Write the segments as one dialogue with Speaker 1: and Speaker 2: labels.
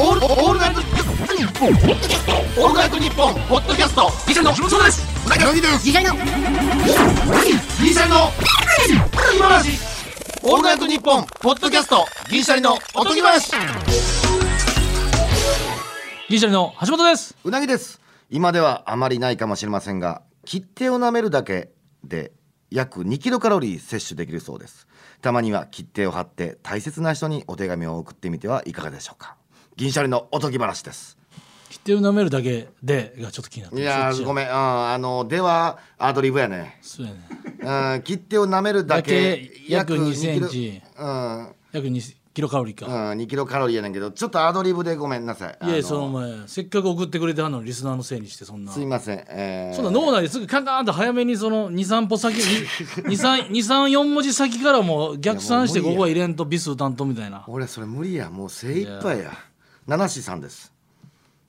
Speaker 1: オールオールナイトニッポンオールナイトニッポンポッドキャストギシャリの木本そうですうなぎのぎですギシャリのギシャリの今話オールナイトニッポンポッドキャストギシャリのおとぎ話
Speaker 2: 銀シャリの橋本です。
Speaker 3: うなぎです今ではあまりないかもしれませんが切手を舐めるだけで約2キロカロリー摂取できるそうですたまには切手を貼って大切な人にお手紙を送ってみてはいかがでしょうか銀シャリのおとぎ話です
Speaker 2: 切手を舐めるだけでがちょっと気になって
Speaker 3: い
Speaker 2: ます
Speaker 3: や
Speaker 2: そっ
Speaker 3: ー
Speaker 2: ち
Speaker 3: ごめん、うん、あのではアドリブやね、
Speaker 2: そうやね。
Speaker 3: うん、切手を舐めるだけ
Speaker 2: だけ約2
Speaker 3: 2
Speaker 2: セン
Speaker 3: キ
Speaker 2: チ
Speaker 3: ロうん、うん、
Speaker 2: 約2キロカロリーか。
Speaker 3: 2キロカロリーやねんけどちょっとアドリブでごめんなさい
Speaker 2: い
Speaker 3: あ
Speaker 2: や
Speaker 3: の
Speaker 2: そのお前せっかく送ってくれてはんのにリスナーのせいにしてそんな。
Speaker 3: すいません、えー
Speaker 2: そんな脳内ですぐカンカンと早めにその23歩先234文字先からもう逆算して
Speaker 3: いやも
Speaker 2: こ
Speaker 3: う無理や
Speaker 2: こは入れんとビス担当みたいな
Speaker 3: 俺それ無理やもう精一杯や七志さんです、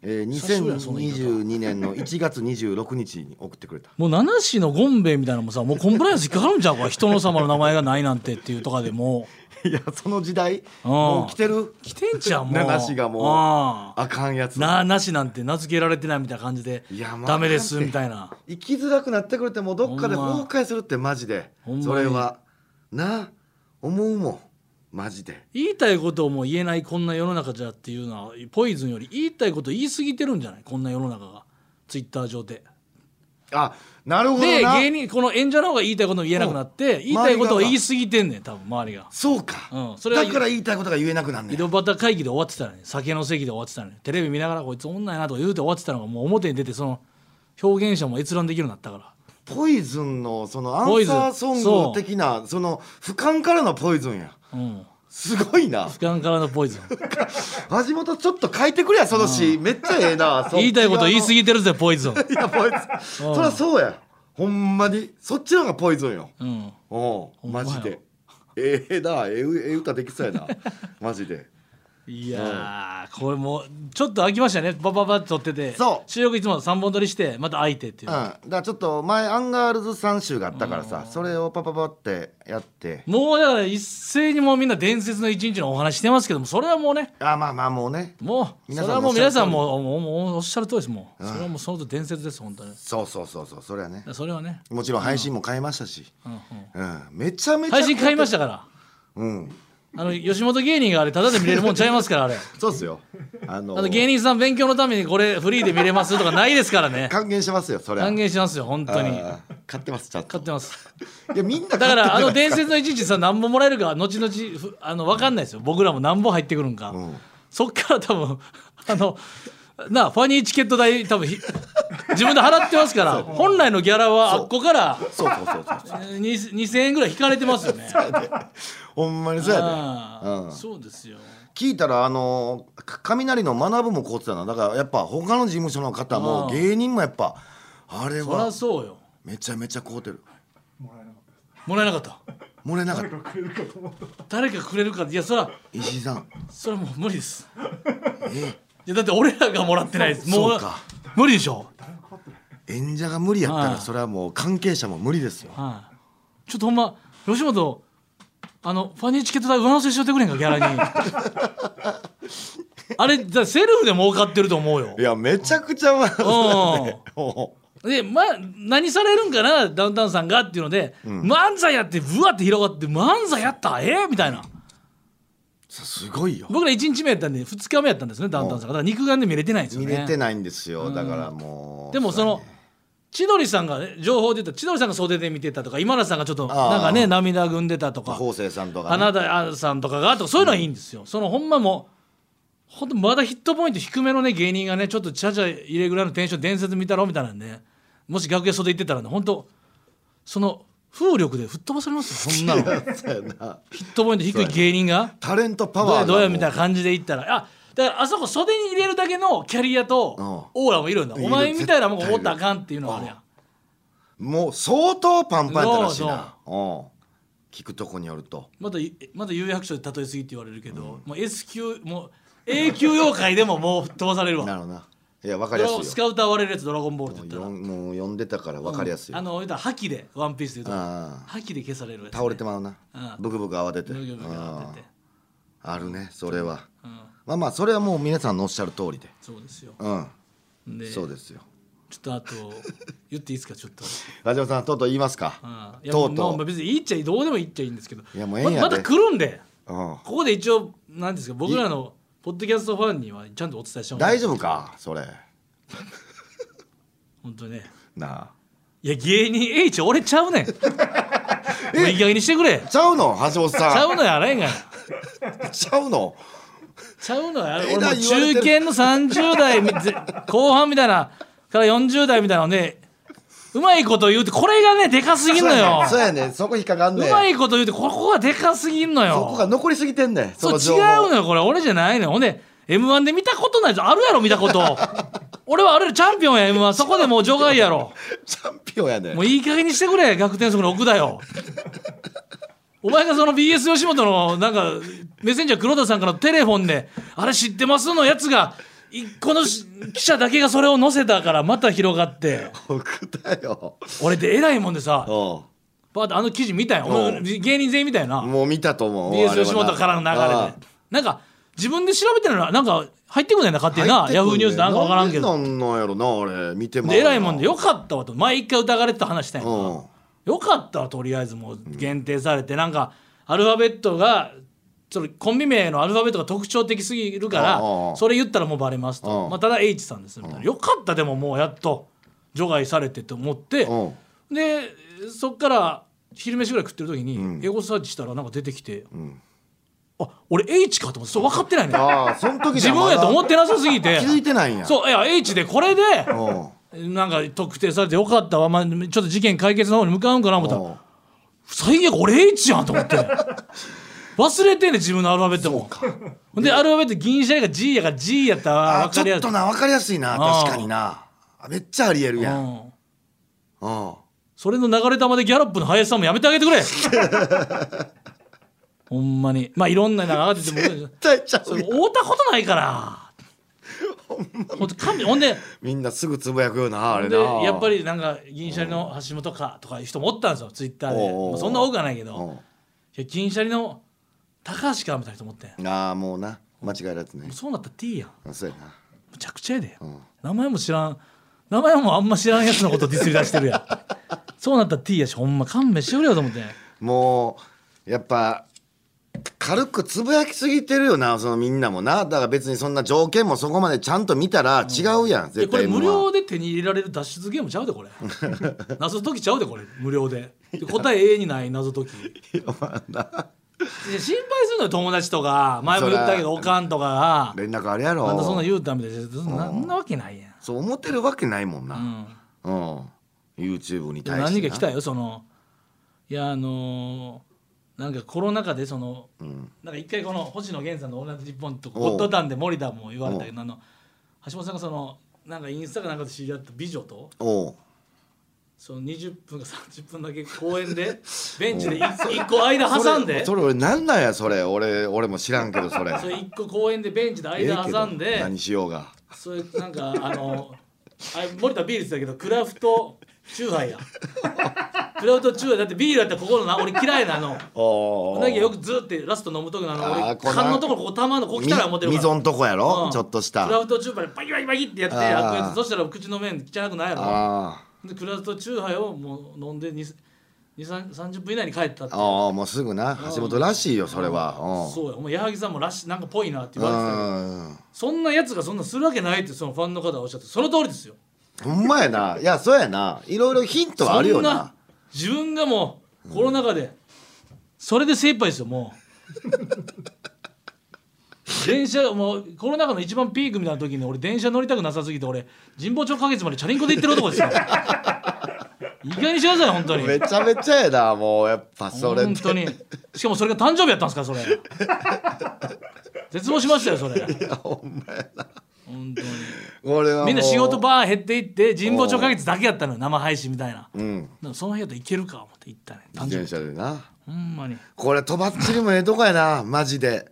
Speaker 3: えー、
Speaker 2: 久しぶりやその言い方
Speaker 3: 2022年の1月26日に送ってくれ た
Speaker 2: もう七市のゴンベイみたいなのもさもうコンプライアンス引っかかるんちゃうか人の様の名前がないなんてっていうとかでも
Speaker 3: いやその時代もう来てる
Speaker 2: う来てんちゃうもう
Speaker 3: 七志がもう
Speaker 2: あ
Speaker 3: あかんやつ
Speaker 2: ななしなんて名付けられてないみたいな感じで
Speaker 3: いやまあ
Speaker 2: ダメですみたいな
Speaker 3: 生きづらくなってくれてもうどっかで
Speaker 2: ほんま
Speaker 3: 崩壊するってマジで
Speaker 2: ほんまに
Speaker 3: それはな思うもんマジで
Speaker 2: 言いたいことをもう言えないこんな世の中じゃっていうのはポイズンより言いたいこと言い過ぎてるんじゃないこんな世の中がツイッター上で。
Speaker 3: あなるほど
Speaker 2: で
Speaker 3: な
Speaker 2: 芸人この演者の方が言いたいことも言えなくなって、言いたいことを言い過ぎてんねん多分周りが。
Speaker 3: そうか、
Speaker 2: うんそれは
Speaker 3: だから言いたいことが言えなくなんね
Speaker 2: 井
Speaker 3: ん
Speaker 2: 戸端会議で終わってたらね酒の席で終わってたらねテレビ見ながらこいつ女やなとか言うて終わってたのがもう表に出てその表現者も閲覧できるようになったから
Speaker 3: ポイズンのそのア
Speaker 2: ポイ
Speaker 3: ン
Speaker 2: ズン
Speaker 3: サーソング的なその俯瞰からのポイズンや
Speaker 2: うん
Speaker 3: すごいな
Speaker 2: 俯瞰からのポイズン
Speaker 3: 橋本ちょっと書いてくれやその詩めっちゃええな
Speaker 2: 言いたいこと言い過
Speaker 3: ぎ
Speaker 2: ぎてるぜポイズン、
Speaker 3: いやポイズンそりゃそうやほんまにそっちの方がポイズンよ
Speaker 2: うん、
Speaker 3: おう
Speaker 2: ほんま
Speaker 3: マ
Speaker 2: や
Speaker 3: ジでええなええええ歌できそうや なマジで
Speaker 2: いやーこれもうちょっと飽きましたねバババッと撮ってて
Speaker 3: そう
Speaker 2: 収録いつも3本撮りしてまた空いてって
Speaker 3: う
Speaker 2: い
Speaker 3: んだ
Speaker 2: う、
Speaker 3: からちょっと前アンガールズ3集があったからさそれをパパパってやって
Speaker 2: もうだから一斉にもうみんな伝説の一日のお話してますけどもそれはもうね
Speaker 3: あまあまあもうね
Speaker 2: もうそ
Speaker 3: 皆
Speaker 2: れ
Speaker 3: さ
Speaker 2: は
Speaker 3: ん
Speaker 2: も
Speaker 3: のおっしゃる通
Speaker 2: う皆さ
Speaker 3: り
Speaker 2: んももうもうおっしゃる通りですもうそれはもうそのと伝説です本当に
Speaker 3: そうそうそうそうそれはね
Speaker 2: それはね、
Speaker 3: もちろん配信も変えましたし
Speaker 2: うんうん、
Speaker 3: うんめちゃめちゃ
Speaker 2: 配信買いましたから
Speaker 3: うん
Speaker 2: あの吉本芸人があれタダで見れるもんちゃいますからあれ
Speaker 3: そうっすよあの
Speaker 2: あと芸人さん勉強のためにこれフリーで見れますとかないです からね
Speaker 3: 還元しますよそれ
Speaker 2: 還元しますよ本当に
Speaker 3: 買ってますちゃんと
Speaker 2: 買ってます
Speaker 3: いやみんな
Speaker 2: だからあ
Speaker 3: 買
Speaker 2: の
Speaker 3: ってんじゃない
Speaker 2: 伝説の一日さ何本もらえるか後々ふあの分かんないですよ僕らも何本入ってくるんか、
Speaker 3: ん
Speaker 2: そっから多分 あのなあファニーチケット代多分ひ自分で払ってますから本来のギャラはあっこから
Speaker 3: そうそうそう そう
Speaker 2: えーに2000円ぐらい引かれてますよね。
Speaker 3: ほんまにそうやで
Speaker 2: あ
Speaker 3: う
Speaker 2: あ
Speaker 3: ん
Speaker 2: そうですよ。
Speaker 3: 聞いたらあのか雷の学ぶもこうってたなだからやっぱ他の事務所の方
Speaker 2: あ
Speaker 3: も
Speaker 2: ー
Speaker 3: 芸人もやっぱあれ
Speaker 2: そりゃ
Speaker 3: は
Speaker 2: そうよ。
Speaker 3: めちゃめちゃこうてる
Speaker 2: もらえなかった。
Speaker 3: 漏れなかった
Speaker 2: 誰かくれるかいやそら
Speaker 3: 石井さん
Speaker 2: それはもう無理です。いやだって俺らがもらってないです。も
Speaker 3: そううか
Speaker 2: 無理でしょ。
Speaker 3: 演者が無理やった
Speaker 2: あ
Speaker 3: ら
Speaker 2: ー
Speaker 3: それはもう関係者も無理ですよ
Speaker 2: はい。ちょっとほんま吉本あのファニーチケット代上乗せしといてくれんかギャラに。 あれだからセルフで儲かってると思うよ
Speaker 3: い。やめちゃくちゃ笑う
Speaker 2: うん。
Speaker 3: も
Speaker 2: でまあ何されるんかなダウンタウンさんがっていうので、漫才やってぶわって広がって漫才やったえーみたいな
Speaker 3: うすごいよ
Speaker 2: 僕ら1日目やったんで2日目やったんですねダウンタウンさんがだから肉眼で見れてないんですよ
Speaker 3: 見
Speaker 2: ね
Speaker 3: れてないんですよだからもう
Speaker 2: でもその千鳥さんがね情報出た千鳥さんが袖で見てたとか今田さんがちょっと
Speaker 3: あー
Speaker 2: なんかね涙ぐんでたとか
Speaker 3: 方正さんとかね
Speaker 2: 花田さんとかがとかそういうのはいいんですよ、そのほんまもうほんとまだヒットポイント低めのね芸人がねちょっとちゃちゃ入れぐらいのテンション伝説見たろみたいなんで、もし楽屋袖行ってたらねほんとその風力で吹っ飛ばされますよそんなの
Speaker 3: そうやな
Speaker 2: ヒットポイント低い芸人が
Speaker 3: タレントパ
Speaker 2: どう
Speaker 3: ワー
Speaker 2: や
Speaker 3: が
Speaker 2: どうやみたい
Speaker 3: も
Speaker 2: な感じで行ったらあだからあそこ袖に入れるだけのキャリア
Speaker 3: うん
Speaker 2: とオーラもいるんだ、
Speaker 3: いる
Speaker 2: お前みたいなもん
Speaker 3: 絶
Speaker 2: 思
Speaker 3: 対いる
Speaker 2: ったらあかんっていうのはあるやん
Speaker 3: うもう相当パンパンやったらしいなうん聞くとこによると
Speaker 2: まだいまだ有役所で例えすぎって言われるけど、もう S 級もう A 級妖怪でももう吹っ飛ばされるわ
Speaker 3: なるほどないや分かり
Speaker 2: ド
Speaker 3: や
Speaker 2: ラゴンス
Speaker 3: すい
Speaker 2: カウター割れるやつドラゴンボールって言
Speaker 3: よ
Speaker 2: った
Speaker 3: も
Speaker 2: ら
Speaker 3: うよんもう呼んでたから分かりやすい
Speaker 2: あ
Speaker 3: よ
Speaker 2: の言うたら覇気でワンピースで言うと
Speaker 3: ああ
Speaker 2: 覇気で消されるやつ、
Speaker 3: 倒れてまうな
Speaker 2: うん
Speaker 3: ブクブク慌てて
Speaker 2: ブクブク慌てて
Speaker 3: うんあるねそれはまあまあそれはもう皆さんのおっしゃる通りで
Speaker 2: そうですよ
Speaker 3: うん
Speaker 2: で
Speaker 3: そうですよ
Speaker 2: ちょっとあと 言っていいですかちょっと
Speaker 3: ラジオさんとうとう言います
Speaker 2: あ
Speaker 3: か
Speaker 2: あいや
Speaker 3: と
Speaker 2: も
Speaker 3: うと
Speaker 2: まあ
Speaker 3: う
Speaker 2: 別にいいっちゃいいどうでもいいっちゃいいんですけど
Speaker 3: いやもうええんやで
Speaker 2: ままた来るんで
Speaker 3: うん
Speaker 2: ここで一応なんですか僕らのポッドキャストファンにはちゃんとお伝えしてもらう
Speaker 3: 大丈夫かそれ
Speaker 2: 本当ね
Speaker 3: ない
Speaker 2: や芸人 H 俺ちゃ うねんもういい加減にしてくれ
Speaker 3: あちゃうの橋本
Speaker 2: ちゃ
Speaker 3: さ
Speaker 2: うのやあれんがなん
Speaker 3: ちゃうの
Speaker 2: ちゃうのや
Speaker 3: え
Speaker 2: 俺
Speaker 3: ら
Speaker 2: も
Speaker 3: いう言われてる
Speaker 2: 中堅の30代みぜ後半みたいなから40代みたいなのねうまいこと言うてこれがねでかすぎんのよ
Speaker 3: そうやねんそこ引っかかん
Speaker 2: う
Speaker 3: ねん
Speaker 2: まいこと言うてここがでかすぎんのよ
Speaker 3: そこが残りすぎてんねん
Speaker 2: そう
Speaker 3: の情
Speaker 2: 違
Speaker 3: 報
Speaker 2: うのよこれ俺じゃないのよほんで m 1で見たことないぞあるやろ見たこと俺はあれよチャンピオンや m 1そこでもう除外やろ
Speaker 3: チャンピオンやねん
Speaker 2: もういい加減にしてくれ逆転速の奥だよお前がその BS 吉本のなんかメッセンジャー黒田さんからのテレフォンで「あれ知ってます?」のやつがいこのし記者だけがそれを載せたからまた広がって
Speaker 3: 僕だよ
Speaker 2: 俺で偉いもんでさ
Speaker 3: お
Speaker 2: パーッとあの記事見たよ
Speaker 3: おう
Speaker 2: 芸人全員見たよな
Speaker 3: うもう見たと思う
Speaker 2: BS 吉本からの
Speaker 3: あ
Speaker 2: 流れでなんか自分で調べてるのはなんか入ってくんねんな勝手
Speaker 3: あ
Speaker 2: にな
Speaker 3: 入ってく
Speaker 2: ヤフーニュースなんか分からんけ
Speaker 3: な
Speaker 2: ど
Speaker 3: んでなんなんやろな俺見ても
Speaker 2: で偉いもんでよかったわと毎回疑われてた話したんやんか
Speaker 3: うん
Speaker 2: よかったわとりあえずもう限定されて、なんかアルファベットがそのコンビ名のアルファベットが特徴的すぎるか
Speaker 3: あああ
Speaker 2: ら
Speaker 3: あ
Speaker 2: それ言ったらもうバレます
Speaker 3: ああ
Speaker 2: と、まあ、ただ H さんですみたいなよかったでももうやっと除外されてと思って
Speaker 3: うん
Speaker 2: でそっから昼飯ぐらい食ってる時
Speaker 3: うん
Speaker 2: にエゴサーチしたらなんか出てきて
Speaker 3: ん
Speaker 2: あ俺 H かと思ってそう分かってないね
Speaker 3: ああその時に
Speaker 2: 自
Speaker 3: は
Speaker 2: 分
Speaker 3: まだ
Speaker 2: やと思ってなさすぎて
Speaker 3: 気づいてないんや
Speaker 2: そういや H でこれで
Speaker 3: うん
Speaker 2: なんか特定されてよかったわ、まあ、ちょっと事件解決の方に向かうんかな思ったら
Speaker 3: うん
Speaker 2: 最悪俺 H やん と思って忘れてんねん自分のアルファベットもほんでアルファベット銀シャリが G やから G やったら
Speaker 3: あ
Speaker 2: 分
Speaker 3: ち
Speaker 2: かり
Speaker 3: ょ
Speaker 2: や
Speaker 3: っ
Speaker 2: すい
Speaker 3: と、な分かりやすいな
Speaker 2: ああ
Speaker 3: 確かになあめっちゃありえるや
Speaker 2: うんん
Speaker 3: うん
Speaker 2: それの流れ玉でギャロップの速さもやめてあげてく れほんまにまあいろんなの が上がってても
Speaker 3: 絶対ちゃ
Speaker 2: そうれ
Speaker 3: やん
Speaker 2: 会うたことないからほんと神ほんで
Speaker 3: みんなすぐつぶやくよなあれ
Speaker 2: で
Speaker 3: な
Speaker 2: やっぱりなんか銀シャリの橋本かとかいう人もおったんですよツイッターで
Speaker 3: おうおう
Speaker 2: まあそんな多くはないけ
Speaker 3: う
Speaker 2: ど
Speaker 3: ん
Speaker 2: いや銀シャリの高橋かみたいな人もおってん
Speaker 3: ああもうな間違えるやつね
Speaker 2: そうなったら T やん
Speaker 3: あそうやな
Speaker 2: むちゃくちゃやで、
Speaker 3: ん
Speaker 2: 名前も知らん名前もあんま知らんやつのことディスり出してる やんそうなったら T やしほんま勘弁してくれよと思って
Speaker 3: もうやっぱ軽くつぶやきすぎてるよなそのみんなもなだから別にそんな条件もそこまでちゃんと見たら違うやん、
Speaker 2: で
Speaker 3: 絶
Speaker 2: こ
Speaker 3: 対
Speaker 2: れ
Speaker 3: M1
Speaker 2: 無料で手に入れられる脱出ゲームちゃう でこれ謎解きちゃうでこれ無料でで答え A にない謎解き
Speaker 3: いやまあな
Speaker 2: で心配するのよ友達とか前も言ったけど
Speaker 3: そ
Speaker 2: お
Speaker 3: ら
Speaker 2: かんとか
Speaker 3: 連絡あれやろ
Speaker 2: がまだそんな言うたみたいでそんなそんなわけないやん、
Speaker 3: そう思ってるわけないもんな
Speaker 2: うん
Speaker 3: うん、YouTube に
Speaker 2: でも
Speaker 3: 対して
Speaker 2: 何が来た
Speaker 3: よ、
Speaker 2: よそのいやあのーなんかコロナ禍でその
Speaker 3: うん、
Speaker 2: なんか一回この星野源さんの「オールナイトニッポン」とゴッドタンで森田も言われたけどあの橋本さんがそのなんかインスタかなんかで知り合った美女と
Speaker 3: おう
Speaker 2: その20分か30分だけ公 園でベンチで一一個間挟ん
Speaker 3: そ
Speaker 2: で
Speaker 3: れそれ俺なんなんやそれ俺俺も知らんけどそれ
Speaker 2: それ一個公園でベンチで
Speaker 3: ええけど
Speaker 2: 間挟んで
Speaker 3: 何しようが
Speaker 2: それなんかあのあれ森田ビールって言ってたけどクラフトチューハイやクラフトチューハイだってビールだったらここのな俺嫌いなあの
Speaker 3: お
Speaker 2: うなぎよくずーってラスト飲むときのあの
Speaker 3: あ
Speaker 2: 俺
Speaker 3: ーこんな
Speaker 2: 缶のところここたまんのここ来たら思ってるから
Speaker 3: 溝んとこやろ、
Speaker 2: うん
Speaker 3: ちょっとした
Speaker 2: クラフトチューハイバキバキバキってやって
Speaker 3: あー
Speaker 2: 開くやつそしたら口の面汚くないやろ
Speaker 3: あ
Speaker 2: でクラフトチューハイをもう飲んで2 3 30分以内に帰ったって
Speaker 3: あああもうすぐな橋本らしいよそれは
Speaker 2: そうやもう矢作さんもらしなんかぽいなって
Speaker 3: う
Speaker 2: 言われてたけど
Speaker 3: んうん
Speaker 2: そんなやつがそんなするわけないってそのファンの方がおっしゃってその通りですよ
Speaker 3: ほんまやないやそうやないろいろヒントはあるよ
Speaker 2: そん
Speaker 3: な
Speaker 2: な自分がもうコロナ禍で、それで精一杯ですよも う電車もうコロナ禍の一番ピークみたいな時に俺電車乗りたくなさすぎて俺神保町花月までチャリンコで行ってる男ですよ意外にしてください本当に
Speaker 3: めちゃめちゃやなもうやっぱそれ
Speaker 2: 本当にしかもそれが誕生日やったんですかそれ絶望しましたよそれ
Speaker 3: いやほんまやな
Speaker 2: 本当に
Speaker 3: 俺はもう
Speaker 2: みんな仕事バー減っていって神保町花月だけやったのよ生配信みたいな
Speaker 3: うん
Speaker 2: なんかその部屋で行けるか思って行ったね誕
Speaker 3: 自転
Speaker 2: 生日
Speaker 3: 車でな
Speaker 2: ほんまに
Speaker 3: これとばっちりもええとこやなマジで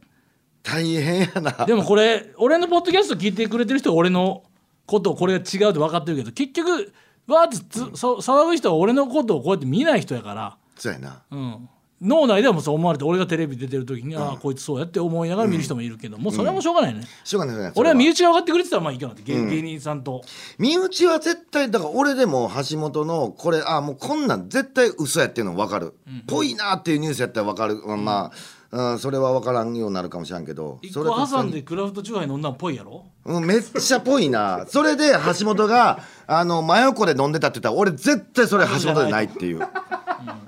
Speaker 3: 大変やな
Speaker 2: でもこれ俺のポッドキャスト聞いてくれてる人は俺のことをこれが違うと分かってるけど結局わーってつ、そ騒ぐ人は俺のことをこうやって見ない人やから、
Speaker 3: そうやな
Speaker 2: うん、脳内ではもうそう思われて俺がテレビ出てる時に、ああこいつそうやって思いながら見る人もいるけど、もうそれはもうしょうがないね、
Speaker 3: しょうがないじゃない
Speaker 2: 俺は身
Speaker 3: 内
Speaker 2: 内が上がってくれてたらまあいいかなって、芸芸人さんと
Speaker 3: 身内は絶対だから俺でも橋本のこれあもうこんなん絶対嘘やっていうの分かる、ぽいなっていうニュースやったら分かる、まあまあ、うん、それは分からんようになるかもしれんけど
Speaker 2: 一
Speaker 3: そ
Speaker 2: 個
Speaker 3: れと
Speaker 2: 挟んでクラフトチューハイ飲んだんっぽいやろ
Speaker 3: うん、めっちゃぽいなそれで橋本があの真横で飲んでたって言ったら俺絶対それ橋本じゃないっていう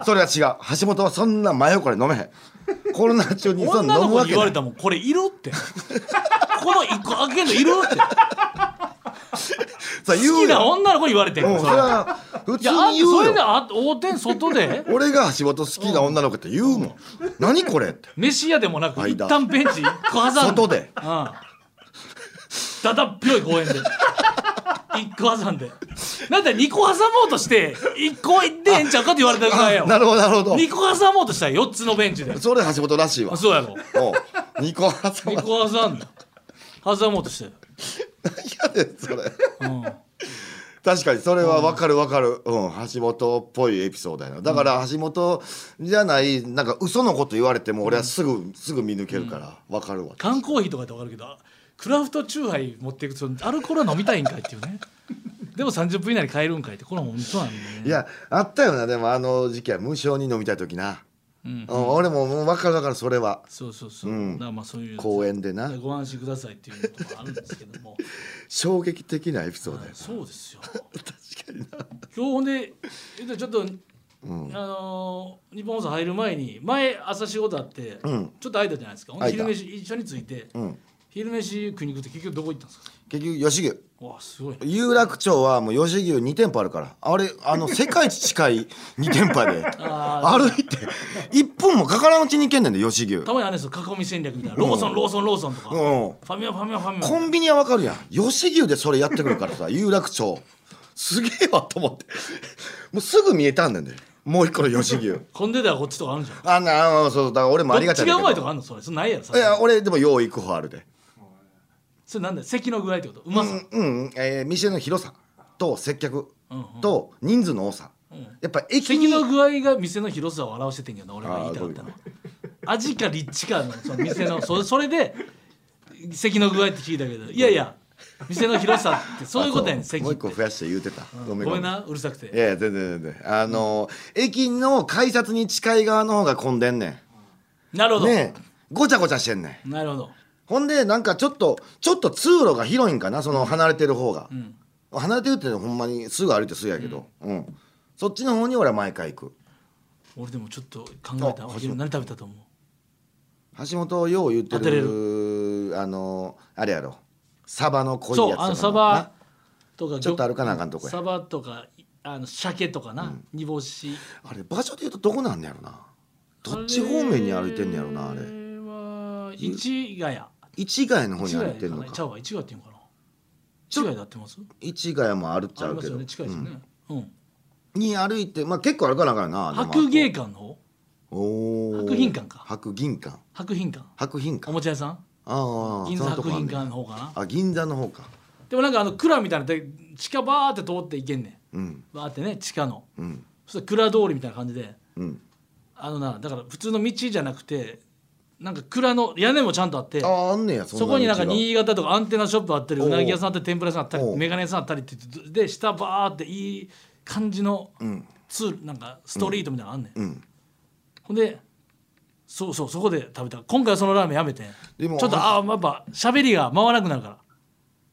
Speaker 3: それは違う橋本はそんな真横で飲めへんコロナ中にそんな
Speaker 2: 女
Speaker 3: 飲
Speaker 2: の
Speaker 3: む
Speaker 2: 子
Speaker 3: わ
Speaker 2: に
Speaker 3: け
Speaker 2: 言
Speaker 3: な
Speaker 2: われ
Speaker 3: い
Speaker 2: たもんこれいるっ てこの一個開けんのいるって
Speaker 3: さ
Speaker 2: 好き
Speaker 3: や
Speaker 2: なん女の子に言われてん
Speaker 3: うん
Speaker 2: の
Speaker 3: そ
Speaker 2: そ
Speaker 3: れ
Speaker 2: れい
Speaker 3: は普通
Speaker 2: やあん
Speaker 3: に
Speaker 2: た
Speaker 3: 言
Speaker 2: そうれで
Speaker 3: よ
Speaker 2: あ大手 外で
Speaker 3: 俺が橋本好きな女の子って言うもん何これって
Speaker 2: 飯屋でもなく
Speaker 3: 間
Speaker 2: 一旦ベンチ一個挟んで
Speaker 3: 外で
Speaker 2: うんだだっぴろい公園で一個挟んでなんだ二個挟もうとして一個いってええんちゃうかって言われたぐらいよ
Speaker 3: なるほどなるほ
Speaker 2: 二個挟もうとしたら四つのベンチで
Speaker 3: どそれ橋本らしいわ
Speaker 2: あそうやろ
Speaker 3: おう二個挟
Speaker 2: 二
Speaker 3: ま
Speaker 2: 個挟んだ挟もうとして
Speaker 3: 嫌でそれ
Speaker 2: うん
Speaker 3: 確かにそれは分かる分かる、うん、橋本っぽいエピソードやなだから橋本じゃないなんか嘘のこと言われても俺はすぐ、すぐ見抜けるから分かるわ、
Speaker 2: 缶コーヒーとかってわかるけどあクラフトチューハイ持っていくとアルコールは飲みたいんかいっていうねでも30分以内に帰るんかいってこれは本当なんだ
Speaker 3: い
Speaker 2: ね
Speaker 3: やあったよなでもあの時期は無償に飲みたい時な、
Speaker 2: うん
Speaker 3: うん俺ももう分かる分かるそれは
Speaker 2: そうそうそう、
Speaker 3: うん
Speaker 2: だからまあそういう
Speaker 3: 公園でな
Speaker 2: ご安心くださいっていうこともあるんですけ ども
Speaker 3: 衝撃的なエピソードや
Speaker 2: そうですよ確かにな今日ほんでえっとちょっと、あのー日本放送入る前に前朝仕事あって、
Speaker 3: ん
Speaker 2: ちょっと空いたじゃないですかほんで昼
Speaker 3: 空いた
Speaker 2: 飯一緒について、
Speaker 3: ん
Speaker 2: 昼飯食いに行くって結局どこ行ったんですか
Speaker 3: 結局吉牛
Speaker 2: わあすごいな
Speaker 3: 有楽町はもう吉牛2店舗あるからあれ あの世界一近い2店舗やで
Speaker 2: あ
Speaker 3: 歩いて1分もかからんうちに行けんねんで吉牛う
Speaker 2: ーたまにあれですよ囲み戦略みたいなローソンローソンローソンとか、
Speaker 3: ん
Speaker 2: ファミマファミマファミマ
Speaker 3: コンビニはわかるやん吉牛でそれやってくるからさ有楽町すげえわと思ってもうすぐ見えたんだよねもう一個の吉牛
Speaker 2: 混んでたらこっちとかあるんじゃん
Speaker 3: あなあそうそうだから俺もあり
Speaker 2: ど
Speaker 3: が
Speaker 2: っ
Speaker 3: ちゃ
Speaker 2: ち
Speaker 3: だ
Speaker 2: がうまい
Speaker 3: け
Speaker 2: と
Speaker 3: ど
Speaker 2: かあるのそれそれないやろさ
Speaker 3: い
Speaker 2: すがに
Speaker 3: や俺でもよう行く方あるで
Speaker 2: それなんだよ席の具合ってことうまさ、
Speaker 3: うん、うんえー店の広さと接客
Speaker 2: うん
Speaker 3: と人数の多さ、やっぱ駅
Speaker 2: 席
Speaker 3: に
Speaker 2: の具合が店の広さを表しててんけどな俺が言いたかったの
Speaker 3: あ
Speaker 2: は味か立地かのその 店のそそれで席の具合って聞いたけどいやいや店の広さってそういうことやねん
Speaker 3: あそう
Speaker 2: 席
Speaker 3: もう
Speaker 2: っ
Speaker 3: 一個
Speaker 2: て
Speaker 3: 増やして言うてた、ごめんごめ
Speaker 2: ごめん
Speaker 3: ん
Speaker 2: なうるさく
Speaker 3: い
Speaker 2: て
Speaker 3: やいや全然全然あのー駅の改札に近い側の方が混んでんね
Speaker 2: なる
Speaker 3: ん
Speaker 2: ほど、
Speaker 3: ねえごちゃごちゃしてんねん
Speaker 2: なるほど
Speaker 3: ほんでなんかちょっとちょっと通路が広いんかなその離れてる方が、離れてるってほんまにすぐ歩いてすぐやけど、うんそっちの方に俺は毎回行く
Speaker 2: 俺でもちょっと考えた
Speaker 3: あ
Speaker 2: お昼何食べたと思う
Speaker 3: 橋本よう言って
Speaker 2: 当てれ
Speaker 3: るあのあれやろサバの濃いやつと
Speaker 2: そう
Speaker 3: か
Speaker 2: あのサ
Speaker 3: な
Speaker 2: バとか
Speaker 3: ちょっと歩かなあかんとこや
Speaker 2: サバとかあの鮭とかな、煮干し
Speaker 3: あれ場所で言うとどこなんねやろなどっち方面に歩いてんねやろなあれ
Speaker 2: は市ヶ谷
Speaker 3: 市ヶ谷の方に
Speaker 2: 市ヶ
Speaker 3: 歩い
Speaker 2: 谷
Speaker 3: てんの
Speaker 2: ちゃ
Speaker 3: か
Speaker 2: うわ市ヶ谷っていうのかな市ヶ谷で合ってます
Speaker 3: 市ヶ谷も歩っち
Speaker 2: あ
Speaker 3: ゃ
Speaker 2: り
Speaker 3: う
Speaker 2: ま
Speaker 3: け
Speaker 2: すよ
Speaker 3: ど、
Speaker 2: ね近いですよね、うん、
Speaker 3: うんに歩いてまあ結構歩かなあかんなでも
Speaker 2: 白芸館の方
Speaker 3: おー
Speaker 2: 白銀館か
Speaker 3: 白銀館
Speaker 2: 白品館
Speaker 3: 白銀
Speaker 2: お
Speaker 3: 館
Speaker 2: もちゃ屋さん
Speaker 3: ああ
Speaker 2: 銀座
Speaker 3: そんなと
Speaker 2: 白
Speaker 3: こあん
Speaker 2: 品
Speaker 3: ねん
Speaker 2: 館の方かな
Speaker 3: あ銀座の方か
Speaker 2: でもなんかあの蔵みたいなで地下バーって通っていけんね
Speaker 3: うん
Speaker 2: んバーってね地下の
Speaker 3: うん
Speaker 2: そしたら蔵通りみたいな感じで
Speaker 3: うん
Speaker 2: あのなだから普通の道じゃなくてなんか蔵の屋根もちゃんとあって
Speaker 3: あああんねやそ
Speaker 2: そこになんか
Speaker 3: 道が
Speaker 2: 新潟とかアンテナショップあったり
Speaker 3: おう
Speaker 2: うなぎ屋さんあったり天ぷら屋さんあったり
Speaker 3: おう
Speaker 2: メガネ屋さんあったりって言ってで下バーっていい感じの
Speaker 3: うん
Speaker 2: ツールなんかストリートみたいなのあんねん、
Speaker 3: うん
Speaker 2: ほんでそうそうそこで食べた今回はそのラーメンやめて
Speaker 3: でも
Speaker 2: ちょっとああやっぱ喋りが回らなくなるから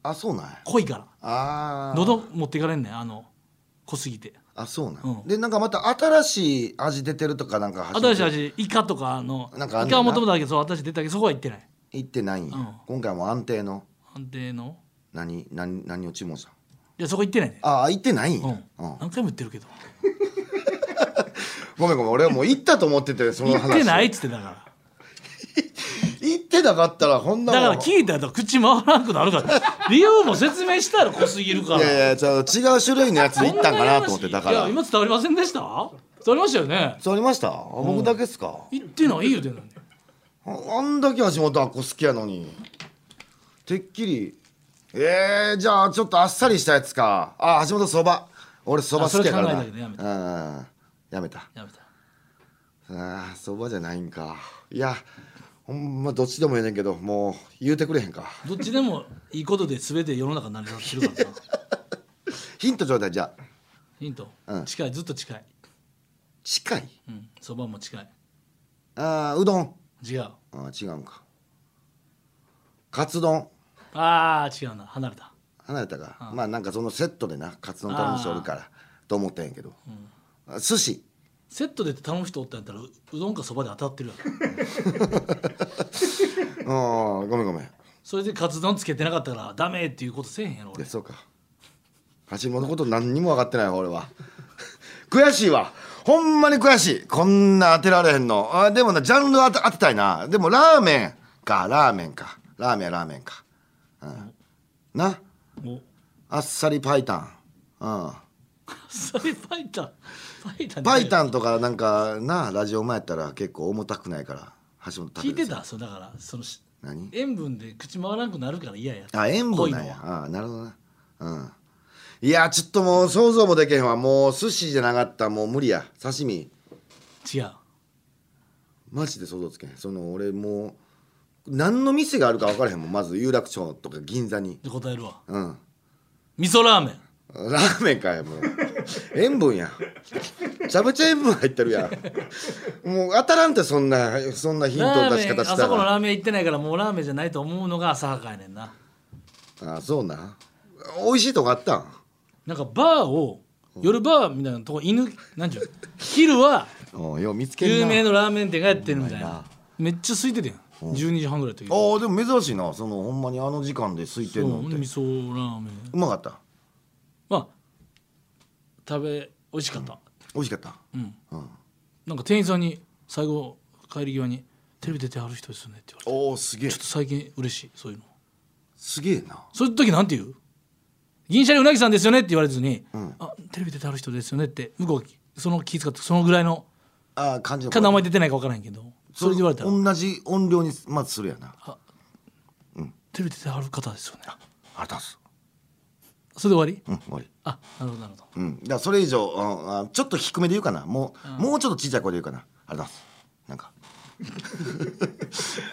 Speaker 3: あそうなんや
Speaker 2: 濃いから
Speaker 3: ああ
Speaker 2: 喉持っていかれんねんあの濃すぎて
Speaker 3: あそうなん、
Speaker 2: うん
Speaker 3: でなんかまた新しい味出てるとかなんか初め
Speaker 2: 新
Speaker 3: て
Speaker 2: しい味イカとかあの
Speaker 3: なんかあんねんな
Speaker 2: イカはもともとだけどそう私出たけどそこは行ってない
Speaker 3: 行ってないんや、
Speaker 2: うん
Speaker 3: 今回も安定の
Speaker 2: 安定の
Speaker 3: 何何何を注文したん
Speaker 2: いやそこ行ってないね
Speaker 3: ああ行ってないんや、
Speaker 2: う
Speaker 3: うんん、
Speaker 2: 何回も言ってるけど
Speaker 3: ごめんごめん俺はもう行ったと思っててその
Speaker 2: 行
Speaker 3: 話
Speaker 2: ってないっつってだから
Speaker 3: 行ってなかったらこんな
Speaker 2: だ
Speaker 3: もん
Speaker 2: から聞いたら口回らなくなるから 理由も説明したら濃すぎるか
Speaker 3: い
Speaker 2: ら
Speaker 3: やいやちょっと違う種類のやつ行ったんかなと思ってだか
Speaker 2: い
Speaker 3: ら
Speaker 2: や今伝わりませんでした伝わりましたよね
Speaker 3: そうありましたあ僕だけっすか、
Speaker 2: 言ってない言うてんのに
Speaker 3: ああんだけ橋本あっこ好きやのにてっきりえー、じゃあちょっとあっさりしたやつかあ橋本そば俺そば好きやからな
Speaker 2: あそれ考えたけ
Speaker 3: う
Speaker 2: どやめ
Speaker 3: んやめた
Speaker 2: やめた
Speaker 3: ああそばじゃないんかいやほんまどっちでもええねんけどもう言うてくれへんか
Speaker 2: どっちでもいいことで全て世の中成り立ってるからな
Speaker 3: ヒントちょうだいじゃあ
Speaker 2: ヒント、
Speaker 3: うん
Speaker 2: 近いずっと近い
Speaker 3: 近い
Speaker 2: うんそば、も近い
Speaker 3: ああうどん
Speaker 2: 違う
Speaker 3: ああ違うんかカツ丼
Speaker 2: あー違うな離れた
Speaker 3: 離れたかまあなんかそのセットでなカツ丼頼む人おるからと思ったんやけど、あ寿司
Speaker 2: セットで頼む人おったんやったらううどんかそばで当たってるやん
Speaker 3: ああごめんごめんい
Speaker 2: それでカツ丼つけてなかったからダメっていうことせえへんやろ俺
Speaker 3: やそうか橋本のこと何にも分かってないわ俺は 悔しいわほんまに悔しいこんな当てられへんのあでもなジャンル当て当てたいなでもラーメンかラーメンかラーメンはラーメンか、うん、な
Speaker 2: もう
Speaker 3: あっさりパイタン、うん、
Speaker 2: それパイタンパ イタン
Speaker 3: パイタ
Speaker 2: ン
Speaker 3: ンとかなんかなラジオ前やったら結構重たくないから橋本拓
Speaker 2: 聞い
Speaker 3: で
Speaker 2: て
Speaker 3: す
Speaker 2: たそうだからそのし
Speaker 3: 何
Speaker 2: 塩分で口回らなくなるから嫌や
Speaker 3: あ塩分なん
Speaker 2: 濃いの
Speaker 3: や
Speaker 2: は
Speaker 3: あなるほどなうんいやちょっともう想像もできへんわもう寿司じゃなかったらもう無理や刺身
Speaker 2: 違う
Speaker 3: マジで想像つけへんその俺もう何の店があるか分からへんもんまず有楽町とか銀座に
Speaker 2: で答えるわ
Speaker 3: うん
Speaker 2: 味噌ラーメン
Speaker 3: ラーメンかよもう 塩分やめちゃめちゃ塩分入ってるやんもう当たらんてそんなそんなヒント
Speaker 2: ラ
Speaker 3: の
Speaker 2: ー
Speaker 3: 出し
Speaker 2: メン
Speaker 3: 方
Speaker 2: あ
Speaker 3: した
Speaker 2: そこの
Speaker 3: ら
Speaker 2: ラーメン行ってないからもうラーメンじゃないと思うのが浅はかやねんな
Speaker 3: あそうな美味しいとこあったん
Speaker 2: なんかバーを夜バーみたいなとこ犬なん ちゅう昼は
Speaker 3: およう見つけんな
Speaker 2: 有名のラーメン店がやってるみたい
Speaker 3: ほんま
Speaker 2: なめっちゃ空いてるやん12時半ぐらいの時
Speaker 3: ああでも珍しいなそのほんまにあの時間で空いて
Speaker 2: そ
Speaker 3: る
Speaker 2: う
Speaker 3: のっ
Speaker 2: ほ
Speaker 3: て
Speaker 2: んで
Speaker 3: う
Speaker 2: 味噌ラーメン
Speaker 3: まかった
Speaker 2: まあ食べ美味しかった、
Speaker 3: 美味しかった
Speaker 2: うん
Speaker 3: うん
Speaker 2: なんか店員さんに最後帰り際に「テレビ出てはる人ですよね」って言われ
Speaker 3: お
Speaker 2: て
Speaker 3: おすげえ
Speaker 2: ちょっと最近嬉しいそういうの
Speaker 3: すげえな
Speaker 2: そういう時なんて言う銀シャリうなぎさんですよねって言われずに「あテレビ出てはる人ですよね」って向こうがその気遣ってそのぐらいの
Speaker 3: ああ感じの
Speaker 2: か名前出てないか分からへんけどそれで言われたら
Speaker 3: 同じ音量にまずするやな
Speaker 2: 「テレビ出てはる方ですよね
Speaker 3: あれ出す」
Speaker 2: それで終わ
Speaker 3: う
Speaker 2: り
Speaker 3: ん終わり
Speaker 2: あなるほどなるほど
Speaker 3: うんだからそれ以上、うん、あちょっと低めで言うかなもう、もうちょっと小さい声で言うかなあれ出すなんか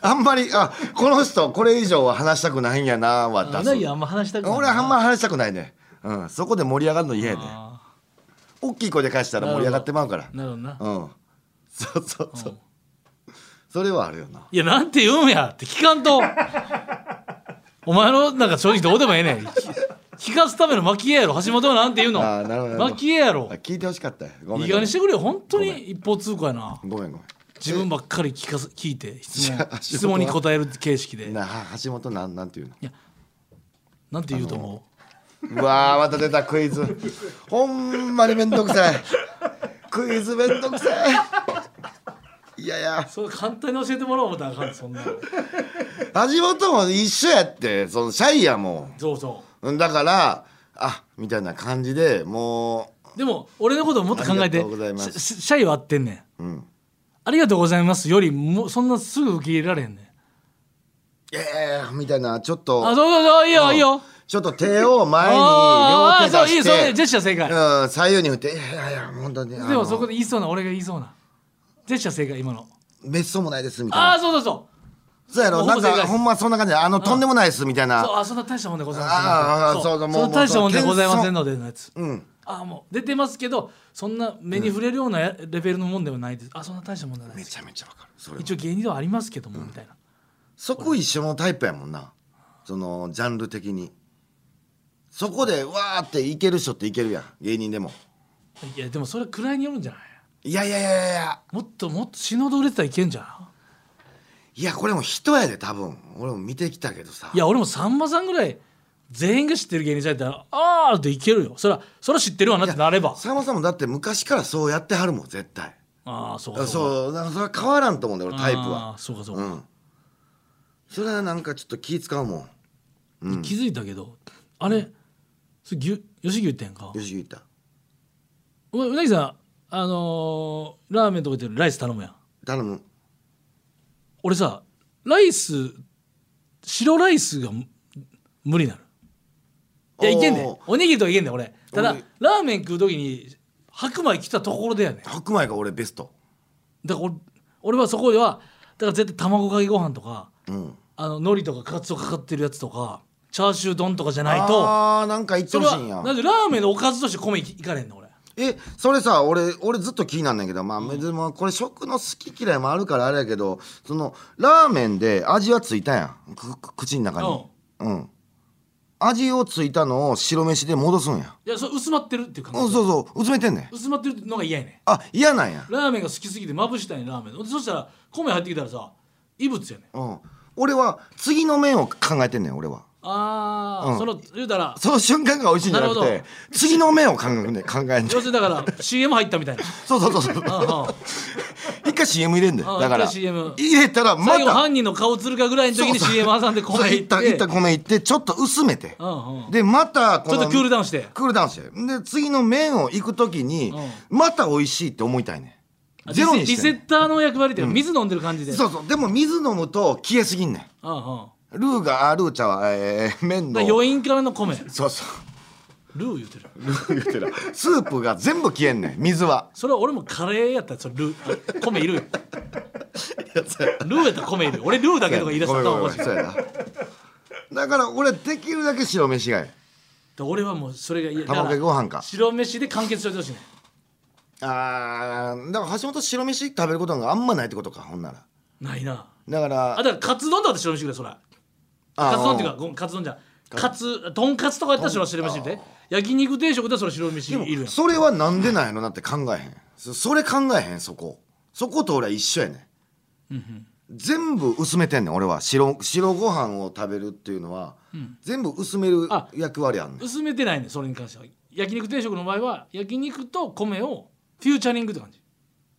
Speaker 3: あんまりあこの人これ以上は話したくないんやなは
Speaker 2: あう
Speaker 3: 出
Speaker 2: な
Speaker 3: す
Speaker 2: ぎあんま話したくないな
Speaker 3: 俺はあんま話したくないねうんそこで盛り上がるの嫌やね
Speaker 2: あ
Speaker 3: 大きい声で返したら盛り上がってまうから
Speaker 2: ーなるほどな、
Speaker 3: うんそうそうそう、
Speaker 2: うん
Speaker 3: それはあるよない
Speaker 2: や、なんて言うんやって聞かんと。お前のなんか正直どうでもええねん。聞かすための蒔絵やろ。橋本はなんて言うの
Speaker 3: あーなるほどなるほど
Speaker 2: 蒔絵やろ
Speaker 3: あ。聞いてほしかったよごめ
Speaker 2: い
Speaker 3: んご
Speaker 2: い加減
Speaker 3: め
Speaker 2: に
Speaker 3: ん
Speaker 2: してくれよ。本当に一方通行やな。
Speaker 3: ごめんご
Speaker 2: 自分ばっかり聞かす聞いて質
Speaker 3: じゃあ
Speaker 2: 問質問に答える形式
Speaker 3: め
Speaker 2: で
Speaker 3: ん。なあ橋本なんなんていうの
Speaker 2: なんて言うと思
Speaker 3: うわーまた出たクイズ ほんまにめんどくさいクイズめんどくさいいやいや
Speaker 2: うそれ簡単に教えてもらおう思ったらあかんそんなの
Speaker 3: 橋本も一緒やってそのシャイやも
Speaker 2: そうそ
Speaker 3: んだからあみたいな感じでも
Speaker 2: うでも俺のことをもっと考え
Speaker 3: ありが
Speaker 2: て
Speaker 3: とうございます
Speaker 2: シャシャイは合ってんねん
Speaker 3: ううん
Speaker 2: ありがとうございますよりもそんなすぐ受け入れられへんねん
Speaker 3: ええみたいなちょっと
Speaker 2: あそうそうそういいよいいよ
Speaker 3: ちょっと手を前に両
Speaker 2: あー
Speaker 3: 手
Speaker 2: そう
Speaker 3: 出
Speaker 2: いい
Speaker 3: して
Speaker 2: そういいジェスチャー正解
Speaker 3: うん、左右に振って、いやいや、本当に。あの
Speaker 2: でもそこで言いそうな俺が言いそうなジェスチャー正解今の
Speaker 3: めっそうもないですみたい
Speaker 2: ああ
Speaker 3: な。
Speaker 2: そうそうそう
Speaker 3: そうやろ、
Speaker 2: ほんま
Speaker 3: なん
Speaker 2: 正解
Speaker 3: か、
Speaker 2: です
Speaker 3: ほんまそんな感じで、あの、とんでもないですみたい
Speaker 2: そう
Speaker 3: な。
Speaker 2: あーそんな大したもんでございません
Speaker 3: あー
Speaker 2: そ
Speaker 3: あー
Speaker 2: う
Speaker 3: そうそうもう
Speaker 2: そんな大したもんで
Speaker 3: もう
Speaker 2: ございませんのでのやつ
Speaker 3: うん、
Speaker 2: ああもう出てますけどそんな目に触れるようなやレベルのもんではないですあそんな大したもんではない
Speaker 3: め
Speaker 2: です
Speaker 3: ちゃめちゃわかる。それは
Speaker 2: 一応芸人ではありますけどもみたいな
Speaker 3: そこ一緒のタイプやもんな。そのジャンル的に。そこで、わーっていける人っていけるやん、芸人でも。
Speaker 2: いやでもそれ位によるんじゃない
Speaker 3: いやいやいやいやいや、
Speaker 2: もっともっと死ぬほど売れてたらいけんじゃん
Speaker 3: いや、これも人やで、多分、俺も見てきたけどさ。
Speaker 2: いや俺もさんまさんぐらい全員が知ってる芸人さんやったらああっていけるよそらそら知ってるわなってなれば
Speaker 3: さんまさんもだって昔からそうやってはるもん絶対
Speaker 2: ああそうかう
Speaker 3: そうだからそれは変わらんと思うんだよ
Speaker 2: か
Speaker 3: 俺タイプは
Speaker 2: あーそうかそう
Speaker 3: う
Speaker 2: か、
Speaker 3: んそれはなんかちょっと気使うもん
Speaker 2: 気づいたけどあれそれ牛吉牛ってやんか
Speaker 3: 吉木言った
Speaker 2: ううなぎさんあのーラーメンとか言ってライス頼むやん
Speaker 3: 頼む
Speaker 2: 俺さライス白ライスがむ無理なるいやいけんね
Speaker 3: お
Speaker 2: ん
Speaker 3: ー
Speaker 2: おにぎりとかいけんねん俺ただ
Speaker 3: 俺
Speaker 2: ラーメン食う時に白米来たところでやねん
Speaker 3: 白米が俺ベスト
Speaker 2: だから俺俺はそこではだから絶対卵かけご飯とか
Speaker 3: うん
Speaker 2: あの海苔とかカツオかかってるやつとかチャーシュー丼とかじゃないと
Speaker 3: ああなんか言って
Speaker 2: そ
Speaker 3: ほ
Speaker 2: れ
Speaker 3: し
Speaker 2: はい
Speaker 3: んや
Speaker 2: なんでラーメンのおかずとして米いいかれんの俺
Speaker 3: えそれさ俺俺ずっと気になんねんけどまあ、別にまあこれ食の好き嫌いもあるからあれやけどそのラーメンで味はついたやんくく口の中にうん味をついたのを白飯で戻すんや
Speaker 2: いやそれ薄まってるっていう感
Speaker 3: うん
Speaker 2: じ
Speaker 3: そうそううつめてんねん
Speaker 2: 薄まってるのが嫌やねん
Speaker 3: あ嫌なんや
Speaker 2: ラーメンが好きすぎてまぶしたいねラーメンそしたら米入ってきたらさ異物やねん
Speaker 3: うん俺は次の麺を考えてんねん俺は
Speaker 2: ああ、
Speaker 3: うん
Speaker 2: その言うたら
Speaker 3: その瞬間が美味しいんじゃなく
Speaker 2: なる
Speaker 3: て
Speaker 2: ほ
Speaker 3: 次の麺を考えんねん考えんねん
Speaker 2: 要するにだから CM 入ったみたいな
Speaker 3: そうそうそうそう
Speaker 2: うんうん
Speaker 3: 一回 CM 入れんだよ
Speaker 2: うん
Speaker 3: だから
Speaker 2: 一回 CM
Speaker 3: 入れたらま
Speaker 2: 最後
Speaker 3: た
Speaker 2: 犯人の顔つるかぐらいの時に
Speaker 3: そうそう
Speaker 2: CM 挟んで米
Speaker 3: そう
Speaker 2: 入
Speaker 3: 一
Speaker 2: って
Speaker 3: 旦一旦米いってちょっと薄めて
Speaker 2: うんうん
Speaker 3: でまたこ
Speaker 2: ちょ
Speaker 3: の
Speaker 2: っとクールダウンして
Speaker 3: クールダウンしてで次の麺を行く時に
Speaker 2: う
Speaker 3: また美味しいって思いたいねん
Speaker 2: あ
Speaker 3: ゼロに
Speaker 2: リ
Speaker 3: し
Speaker 2: セ
Speaker 3: て
Speaker 2: リセッターの役割っていうか水飲んでる感じで、うんうん、
Speaker 3: そうそうでも水飲むと消えすぎんねんルーがあルー茶はえー麺
Speaker 2: だ
Speaker 3: の
Speaker 2: から余韻からの米
Speaker 3: そうそう
Speaker 2: ルー言ってる
Speaker 3: ルー言ってるスープが全部消えんねん水は
Speaker 2: それは俺もカレーやったらそれ ルーあ米いるよルーやったら米いるよ俺ルーだけとか言い出したら
Speaker 3: ごめん
Speaker 2: お
Speaker 3: ごめんごめ
Speaker 2: か
Speaker 3: ん
Speaker 2: しい
Speaker 3: そうやなだから俺できるだけ白飯がいい
Speaker 2: で俺はもうそれが嫌だら
Speaker 3: 卵かけご飯か
Speaker 2: 白飯で完結してほしいね
Speaker 3: あーだから橋本白飯食べることがあんまないってことかほんなら
Speaker 2: ないな
Speaker 3: だから
Speaker 2: あだからカツ丼とかで白飯くれそら
Speaker 3: あ
Speaker 2: カツ丼っていうかごめんカツ丼じゃんカツとんかつとかやったらそれは白飯で焼肉定食だったらそれ白飯い
Speaker 3: でも
Speaker 2: るやん
Speaker 3: それはなんでなんやろなって考えへんそそれ考えへんそこそこと俺は一緒やねん全部薄めてんねん俺は白白ご飯を食べるっていうのは、全部薄める
Speaker 2: あ
Speaker 3: 役割あんねん
Speaker 2: 薄めてないねそれに関しては焼肉定食の場合は焼肉と米をフューチャリングって感じ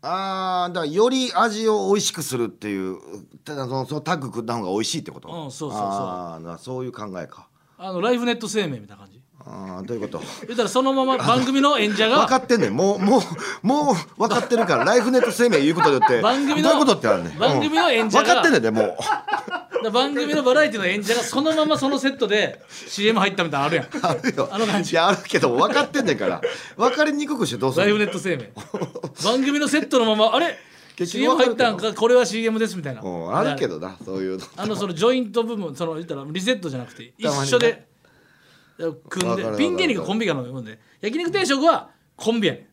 Speaker 3: あーだからより味を美味しくするっていうただそのそのタッグ食った方が美味しいってこと
Speaker 2: うんそうそうそう
Speaker 3: あーだからそういう考えか
Speaker 2: あのライフネット生命みたいな感じ
Speaker 3: あーどういうこと
Speaker 2: 言ったらそのまま番組の演 者
Speaker 3: 分か
Speaker 2: が
Speaker 3: ってんねんもうもうもう分かってるからライフネット生命言うことによって
Speaker 2: 番組の
Speaker 3: どういうことってあるねん
Speaker 2: 番組の演者が
Speaker 3: 分かってんねんでも う
Speaker 2: 番組のバラエティの演者がそのままそのセットで CM 入ったみたいなのあるやん
Speaker 3: あるよ
Speaker 2: あの感じ
Speaker 3: いやあるけど分かってんねんから分かりにくくしてどうす
Speaker 2: ライ
Speaker 3: る
Speaker 2: フネット生命番組のセットのままあれ
Speaker 3: 結
Speaker 2: CM
Speaker 3: 局
Speaker 2: 入
Speaker 3: 分
Speaker 2: っ
Speaker 3: か
Speaker 2: た
Speaker 3: る
Speaker 2: ん
Speaker 3: けど
Speaker 2: かこれは CM ですみたいな
Speaker 3: うんあるけどなそういうの
Speaker 2: あのそのジョイント部分その言ったらリセットじゃなくて一
Speaker 3: たまにね
Speaker 2: 緒で組ん
Speaker 3: わかるわか
Speaker 2: で
Speaker 3: る
Speaker 2: ピン芸人がコンビがのもんで焼肉定食はコンビやねん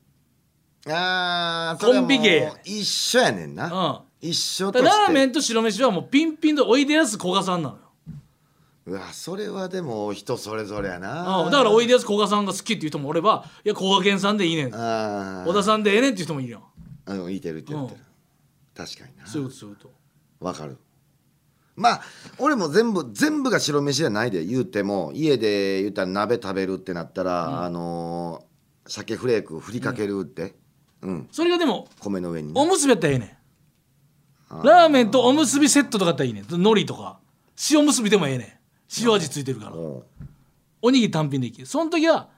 Speaker 3: あーそれはもう
Speaker 2: コンビ芸やね
Speaker 3: 一緒やねんな、
Speaker 2: うん
Speaker 3: 一緒と
Speaker 2: だ
Speaker 3: し
Speaker 2: か
Speaker 3: て
Speaker 2: らラーメンと白飯はもうピンピンとおいでやす古賀さんなのよ
Speaker 3: うわそれはでも人それぞれやな
Speaker 2: うんだからおいでやす古賀さんが好きっていう人もおればいや古賀健さんでいいねん小
Speaker 3: あ
Speaker 2: 田さんでええねんっていう人もいるやん
Speaker 3: あの言いてる言ってる言ってる
Speaker 2: う
Speaker 3: 確かにな
Speaker 2: そういうことそういうこ
Speaker 3: わかるまあ俺も全部全部が白飯じゃないで言うても家で言ったら鍋食べるってなったら、あのー鮭フレークふりかけるって、うん、
Speaker 2: とそれがでも
Speaker 3: 米の上にね
Speaker 2: おむすびやったらええねんラーメンとおむすびセットとかやったらいいねん海苔とか塩むすびでもええねん塩味ついてるから
Speaker 3: うん
Speaker 2: おにぎり単品でいいその時は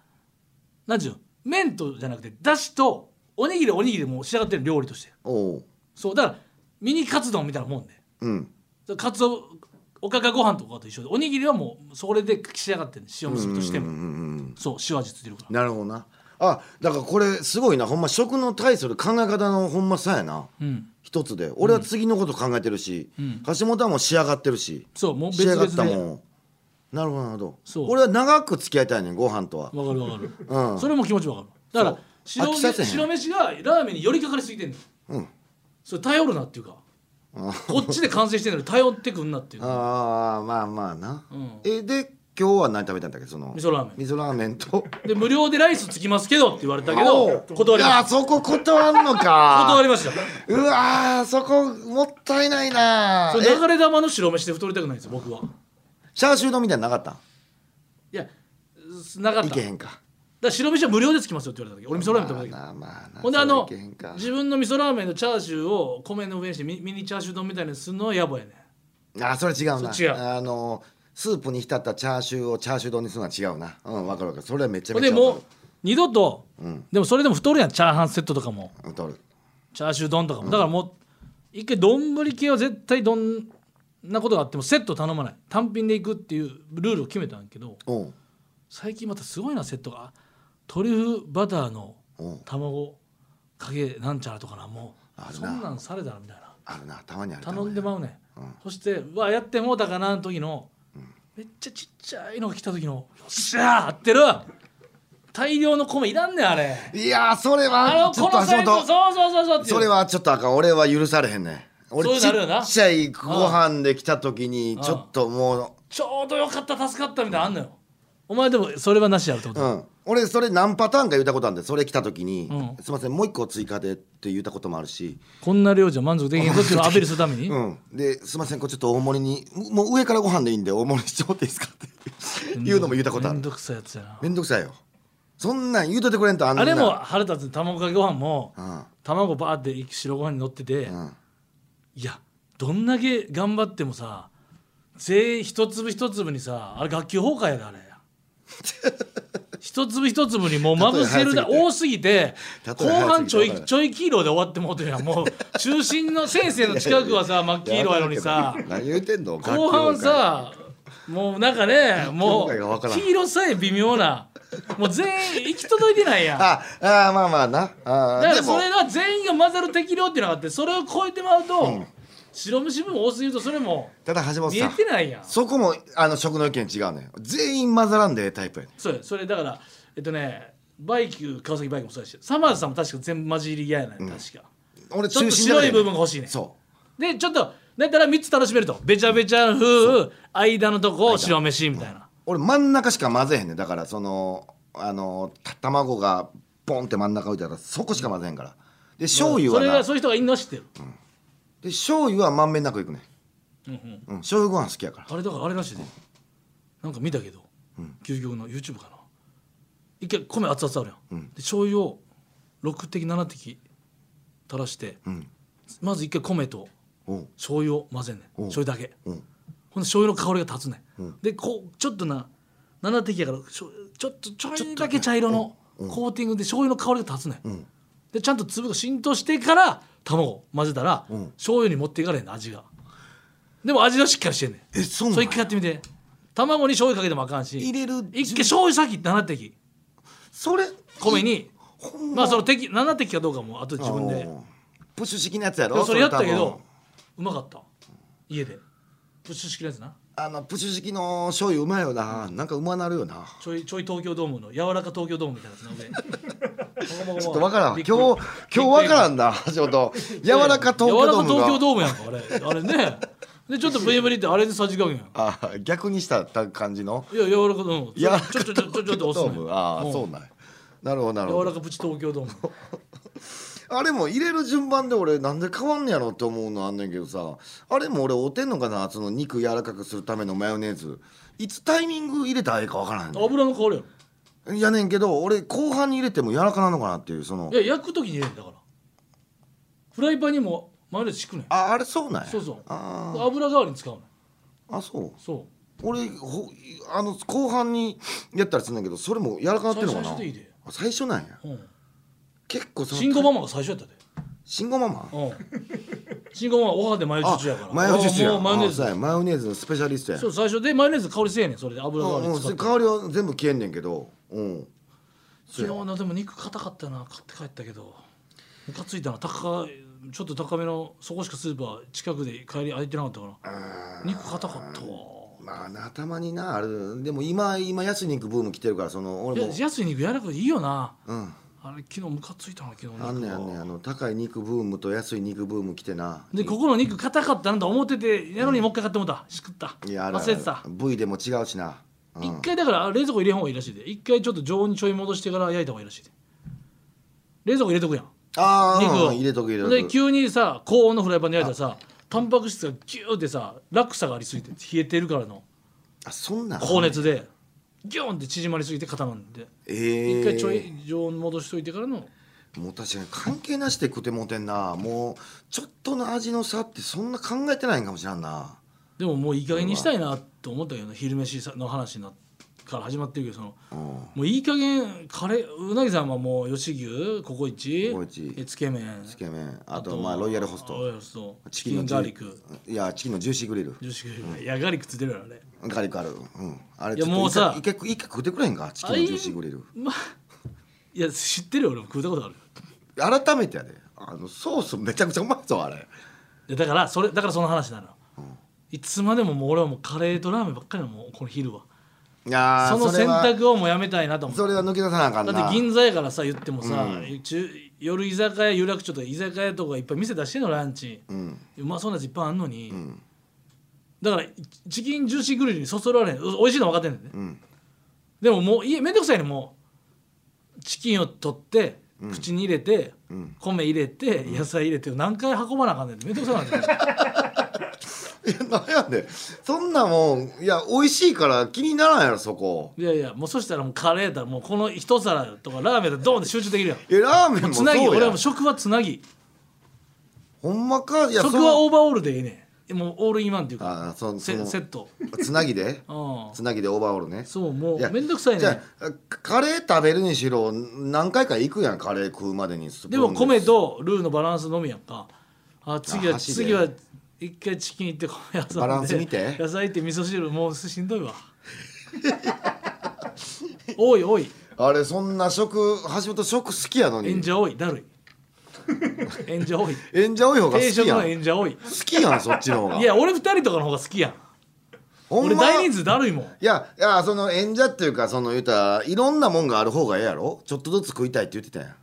Speaker 2: 何ていうの麺とじゃなくてだしとおにぎりおにぎりでもう仕上がってる料理として
Speaker 3: おう
Speaker 2: そうだからミニカツ丼みたいなもんね
Speaker 3: うん
Speaker 2: カツオおかかご飯とかと一緒でおにぎりはもうそれで仕上がってる塩むすびとしても、
Speaker 3: うんうん
Speaker 2: そう塩味ついてるから
Speaker 3: なるほどなあだからこれすごいなほんま食の対する考え方のほんまさやな、
Speaker 2: うん
Speaker 3: 一つで俺は次のこと考えてるし、橋本はもう仕上がってるし
Speaker 2: そうもう
Speaker 3: 仕
Speaker 2: 別
Speaker 3: 上が
Speaker 2: 々
Speaker 3: ったも
Speaker 2: で
Speaker 3: んなるほどなるほど
Speaker 2: そう
Speaker 3: 俺は長く付き合いたいねんご飯とは
Speaker 2: わかるわかる、
Speaker 3: うん
Speaker 2: それも気持ちわかるだから
Speaker 3: そう
Speaker 2: 白
Speaker 3: 飽きさせへ
Speaker 2: 飯
Speaker 3: ん
Speaker 2: 白飯がラーメンに寄りかかりすぎてんの
Speaker 3: うん
Speaker 2: それ頼るなっていうか
Speaker 3: あ
Speaker 2: こっちで完成してんのに頼ってくんなっていう
Speaker 3: あーまあまあな、
Speaker 2: うん
Speaker 3: えで今日は何食べたんだっけその
Speaker 2: 味噌ラーメン
Speaker 3: 味噌ラーメンと
Speaker 2: で無料でライスつきますけどって言われたけ
Speaker 3: お
Speaker 2: ど
Speaker 3: う
Speaker 2: 断り
Speaker 3: い
Speaker 2: ま
Speaker 3: や
Speaker 2: した
Speaker 3: そこ断んのか
Speaker 2: 断りました
Speaker 3: うわーそこもったいないな
Speaker 2: それ
Speaker 3: え
Speaker 2: 流れ玉の白飯で太りたくないんですよ僕は
Speaker 3: チャーシュー丼みたいなのなかっ
Speaker 2: いやすなかったた
Speaker 3: い
Speaker 2: だ
Speaker 3: け
Speaker 2: か
Speaker 3: へんから
Speaker 2: 白飯は無料でつきますよって言われた時俺味噌ラーメン食べたけ
Speaker 3: ま
Speaker 2: ど
Speaker 3: あなまあな
Speaker 2: ほんであの
Speaker 3: それいけへんか
Speaker 2: 自分の味噌ラーメンのチャーシューを米の上にしてミミニチャーシュー丼みたいにするのは野暮やね
Speaker 3: あそれ違うな
Speaker 2: それ違う
Speaker 3: あのスープに浸ったチャーシューをチャーシュー丼にするのは違うなうんわかるわかるそれはめちゃ
Speaker 2: ほん
Speaker 3: めち
Speaker 2: で
Speaker 3: ゃわか
Speaker 2: もう二度と、でもそれでも太るやんチャーハンセットとかも
Speaker 3: る取る
Speaker 2: チャーシュー丼とかも、だからもう一回丼系は絶対どんなことがあってもセット頼まない単品でいくっていうルールを決めたんやけど
Speaker 3: おう
Speaker 2: 最近またすごいなセットがトリュフバターの
Speaker 3: おう
Speaker 2: 卵かけなんちゃらとかなも
Speaker 3: ある
Speaker 2: そん
Speaker 3: な
Speaker 2: なんされたらみたいな
Speaker 3: あるなたまにある
Speaker 2: 頼んでまうね、
Speaker 3: うん
Speaker 2: そしてうわやってもうたかなの時の、めっちゃちっちゃいのが来た時のよっしゃー合ってる大量の米いらんねんあれ
Speaker 3: いやーそれ
Speaker 2: あ
Speaker 3: は
Speaker 2: の
Speaker 3: ちょっ
Speaker 2: ことのサイ
Speaker 3: 橋
Speaker 2: ズそう
Speaker 3: 本
Speaker 2: そうそうそうっていう
Speaker 3: それはちょっとあかん俺は許されへんね俺
Speaker 2: そういう
Speaker 3: ち
Speaker 2: のあるよな
Speaker 3: っちゃいご飯で来た時にちょっとも
Speaker 2: ちょうどよかった助かったみたいなのあんのよ、お前でもそれはなしやるってこ
Speaker 3: う、
Speaker 2: と、
Speaker 3: うん、俺それ何パターンか言ったことあるんでそれ来た時に、
Speaker 2: うん
Speaker 3: すいませんもう一個追加でって言ったこともあるし、
Speaker 2: こんな量じゃ満足できへんぞっていうのをアピールするために、
Speaker 3: うん、ですいませんこれちょっと大盛りにもう上からご飯でいいんで大盛りしちゃおうっていいですかって言うのも言ったことあ
Speaker 2: めん
Speaker 3: る
Speaker 2: どくさいやつやな
Speaker 3: めんどくさいよそんなん言うといてくれんとあんな
Speaker 2: あれも腹立つ卵かけご飯も
Speaker 3: うん
Speaker 2: 卵バーって白ご飯に乗ってて、
Speaker 3: うん
Speaker 2: いやどんだけ頑張ってもさ全員一粒一粒にさあれ学級崩壊や であれ一粒一粒にもうまぶせるだ
Speaker 3: 例え
Speaker 2: 多すぎて
Speaker 3: 例え
Speaker 2: 後半ちょ
Speaker 3: 早すぎて
Speaker 2: いちょい黄色で終わってもうてるやんもう中心の先生の近く はさ真っ黄色やのにさ
Speaker 3: 何言うてんの
Speaker 2: 後半さもうなんかねも
Speaker 3: 学級崩壊がわ
Speaker 2: う
Speaker 3: からん
Speaker 2: 黄色さえ微妙なもう全員行き届いてないやん
Speaker 3: ああーまあまあなあー
Speaker 2: だ
Speaker 3: で
Speaker 2: から
Speaker 3: も
Speaker 2: それが全員が混ざる適量っていうのがあってそれを超えてまうと、白虫分多すぎるとそれも
Speaker 3: ただ橋本
Speaker 2: 見
Speaker 3: さ
Speaker 2: え
Speaker 3: ん
Speaker 2: てないやんそ
Speaker 3: そこもあの食の意見違うね全員混ざらんでええタイプやね
Speaker 2: うやそれだからえっとねバイク川崎バイクもそうやしサマーズさんも確か全部混じり嫌やな、ん、確か
Speaker 3: 俺
Speaker 2: ちょっ
Speaker 3: 中心だ
Speaker 2: と白
Speaker 3: け
Speaker 2: い
Speaker 3: や
Speaker 2: 部分が欲しいねん
Speaker 3: そ
Speaker 2: でちょっとだったら3つ楽しめるとべちゃべちゃ風間のとこを白飯みたいな
Speaker 3: う、俺真ん中しか混ぜへんねんだからそのあのた卵がポンって真ん中置いてあったらそこしか混ぜへんからで醤油
Speaker 2: そ
Speaker 3: は
Speaker 2: れ
Speaker 3: な
Speaker 2: が
Speaker 3: で
Speaker 2: そういう人がいんのは知ってる、
Speaker 3: 醤油はまんべんなくいくね
Speaker 2: うんうん
Speaker 3: うん醤油ご飯好きやから
Speaker 2: あれだからあれらしいで、なんか見たけど、究極の YouTube かな一回米熱々あるやん、で醤油を6滴7滴垂らして、
Speaker 3: ん
Speaker 2: まず一回米と
Speaker 3: おう
Speaker 2: 醤油を混ぜんねん
Speaker 3: おう
Speaker 2: 醤油だけ
Speaker 3: おう
Speaker 2: ほんで醤油の香りが立つねん、でこうちょっとな7滴やからしょちょっとちょいだけ茶色のコーティングで醤油の香りが立つねん、
Speaker 3: ん
Speaker 2: でちゃんと粒が浸透してから卵を混ぜたら、
Speaker 3: うん
Speaker 2: 醤油に持っていかれへんねん味がでも味はしっかりしてんねん
Speaker 3: えそうな
Speaker 2: それ
Speaker 3: ん
Speaker 2: 一回やってみて卵に醤油かけてもあかんし
Speaker 3: 入れる
Speaker 2: 一回醤油先7滴
Speaker 3: それ
Speaker 2: 米に
Speaker 3: ほん
Speaker 2: まあその滴7滴かどうかもあとで自分で
Speaker 3: あのプッシュ式のやつや
Speaker 2: で
Speaker 3: ろ
Speaker 2: もそれやったけ
Speaker 3: 多分
Speaker 2: どうまかった家でプッシュ式のやつな
Speaker 3: あのプッシュ式の醤油うまいよな、なんかうまなるよな
Speaker 2: ちょいちょい東京ドームの柔らか東京ドームみたいなやつな上
Speaker 3: ちょっとわからん今日今日わからんな橋本柔
Speaker 2: 柔
Speaker 3: らか東京ドームが
Speaker 2: 柔らか東京ドームやんかあれあれねでちょっとブリブリってあれでさじ加減やん
Speaker 3: あー逆にした感じの
Speaker 2: いや柔らかドーム
Speaker 3: 柔ら
Speaker 2: ちょ
Speaker 3: か
Speaker 2: ちょちょちょちょっと押すね
Speaker 3: ドーム ああそうなんやなるほどなる
Speaker 2: 柔
Speaker 3: ほ
Speaker 2: ら
Speaker 3: ど
Speaker 2: かプチ東京ドーム
Speaker 3: あれも入れる順番で俺なんで変わんねやろって思うのあんねんけどさあれも俺おてんのかなその肉柔らかくするためのマヨネーズいつタイミング入れたらええかわからん
Speaker 2: 油の香りや
Speaker 3: ねんやねんけど俺後半に入れても柔らかなのかなっていうその
Speaker 2: ろいや焼く時に入れるんだからフライパンにもマヨネーズ敷くねん
Speaker 3: ああれそうなんや
Speaker 2: そうそう
Speaker 3: あ
Speaker 2: 油代わりに使うの
Speaker 3: ーあそう
Speaker 2: そう
Speaker 3: 俺ほあの後半にやったりするんだけどそれも柔らかなってるのかな
Speaker 2: 最初でいいで
Speaker 3: あ最初なんや
Speaker 2: うん
Speaker 3: 結構その
Speaker 2: 慎吾ママが最初やったで
Speaker 3: 慎吾ママ
Speaker 2: うん慎吾ママオハでマヨ
Speaker 3: あ
Speaker 2: チュチュやから
Speaker 3: マヨネーズや
Speaker 2: もうマヨネー
Speaker 3: あそうや
Speaker 2: ズ
Speaker 3: マヨネーズのスペシャリストや
Speaker 2: そう最初でマヨネーズ香りせえねんそれで油代わ
Speaker 3: う
Speaker 2: り
Speaker 3: ん
Speaker 2: に
Speaker 3: う
Speaker 2: 使っ
Speaker 3: ん
Speaker 2: て
Speaker 3: 香りは全部消えんねんけどうん
Speaker 2: 昨日なでも肉硬かったな買って帰ったけどムカついたな高いちょっと高めのそこしかスーパー近くで帰り空いてなかったから肉硬かったわ
Speaker 3: まあなたまになあるでも今今安い肉ブーム来てるからその
Speaker 2: い
Speaker 3: 俺
Speaker 2: や
Speaker 3: も
Speaker 2: 安い肉柔らかくていいよな
Speaker 3: うん
Speaker 2: あれ昨日ムカついたな昨日肉
Speaker 3: あんねんあんねんあの高い肉ブームと安い肉ブーム来てな
Speaker 2: でここの肉硬かったなと思っててやのにもう一回買ってもうたしくった
Speaker 3: いやあるあ
Speaker 2: 忘
Speaker 3: る
Speaker 2: れてた
Speaker 3: 部位でも違うしなうん
Speaker 2: 一回だから冷蔵庫入れん方がいいらしいで一回ちょっと常温にちょい戻してから焼いた方がいいらしいで冷蔵庫入れとくやん
Speaker 3: あ
Speaker 2: 肉
Speaker 3: あ
Speaker 2: を
Speaker 3: 入れとく入れ
Speaker 2: で
Speaker 3: とく
Speaker 2: 急にさ高温のフライパンで焼いたらさタンパク質がギューってさ落差がありすぎて冷えてるからの
Speaker 3: あそんなん
Speaker 2: 高熱でギューンって縮まりすぎて固まるんで
Speaker 3: えー
Speaker 2: 一回ちょい常温戻しといてからの
Speaker 3: もう確かに関係なしで食ってもうてんなもうちょっとの味の差ってそんな考えてないんかもしらんな
Speaker 2: でももういい加減にしたいなと思ったけどね昼飯の話なから始まってるけどその
Speaker 3: うん
Speaker 2: もういい加減カレーうなぎさんはもう吉牛ココイチ
Speaker 3: ココイチ
Speaker 2: えつけ麺
Speaker 3: つけ麺あとまあロイヤルホス
Speaker 2: ロイヤ
Speaker 3: ト
Speaker 2: ルホストチ
Speaker 3: チ
Speaker 2: キ
Speaker 3: キンの
Speaker 2: ンガーリック
Speaker 3: いやチキンのジューシーグリル
Speaker 2: ジューシーグリルいやガーリックついてるよあれ
Speaker 3: ガーリックあるうんあれ
Speaker 2: い
Speaker 3: ち
Speaker 2: や
Speaker 3: ょっと
Speaker 2: もうさ
Speaker 3: 一回一回一回食ってくれへんかチキンのジューシーグリル
Speaker 2: まあいや知ってるよ俺も食ったことある
Speaker 3: 改めてやでああのソースめちゃくちゃうまいぞあれ
Speaker 2: でだからそれだからその話なの、いつまでももう俺はもうカレーとラーメンばっかりなのもうこの昼はその選
Speaker 3: は
Speaker 2: 択をもうやめたいなと思って
Speaker 3: それは抜け出さなあかんな
Speaker 2: だって銀座やからさ言ってもさ、
Speaker 3: うん
Speaker 2: 中夜居酒屋有楽町とか居酒屋とかいっぱい店出してんのランチ、
Speaker 3: うん
Speaker 2: うまそうなやついっぱいあんのに、
Speaker 3: ん
Speaker 2: だからチキンジューシーグリルにそそられへんお美味しいの分かってんねんね、
Speaker 3: ん
Speaker 2: でももう家めんどくさいねんもうチキンを取って口に入れて、米入れて野菜入れて何回運ばなあかんねんってめんどくさいなんねん
Speaker 3: いやなんやねんそんなもんいや美味しいから気にならんやろそこ
Speaker 2: いやいやもうそしたらもうカレーやったらもうこの一皿とかラーメンだとドーンって集中できるやん
Speaker 3: いやラー メンも
Speaker 2: つ
Speaker 3: そう
Speaker 2: なぎ俺
Speaker 3: や
Speaker 2: はもう食はつなぎ
Speaker 3: ほんまかいや
Speaker 2: 食
Speaker 3: そ
Speaker 2: は
Speaker 3: の
Speaker 2: オーバーオールでええねんもうオールインワンっていう
Speaker 3: あー
Speaker 2: か
Speaker 3: そ
Speaker 2: セ
Speaker 3: その
Speaker 2: セット
Speaker 3: つなぎで
Speaker 2: うん
Speaker 3: つなぎでオーバーオールね
Speaker 2: そうも
Speaker 3: いや
Speaker 2: うめんどくさい
Speaker 3: じ
Speaker 2: ね
Speaker 3: ゃあカレー食べるにしろ何回か行くやんカレー食うまでにスプーン
Speaker 2: でも米とルーのバランスのみやんかあ次
Speaker 3: あ
Speaker 2: は
Speaker 3: 箸で
Speaker 2: 次は一回チキン行って米挟んで
Speaker 3: バランス見て
Speaker 2: 野菜行って味噌汁もうしんどいわ 多い多い
Speaker 3: あれそんな食橋本食好きやのに
Speaker 2: 演者多いだるい演者多い
Speaker 3: 演者多い方が好
Speaker 2: 定
Speaker 3: き
Speaker 2: 食
Speaker 3: やん
Speaker 2: の演者多い
Speaker 3: 好きやんそっちの方が
Speaker 2: いや俺二人とかの方が好きやん
Speaker 3: ほ
Speaker 2: 俺
Speaker 3: んま
Speaker 2: 大人
Speaker 3: い
Speaker 2: 数だるいもん
Speaker 3: やいやその演者っていうかその言うたらいろんなもんがある方がええやろちょっとずつ食いたいって言ってたやん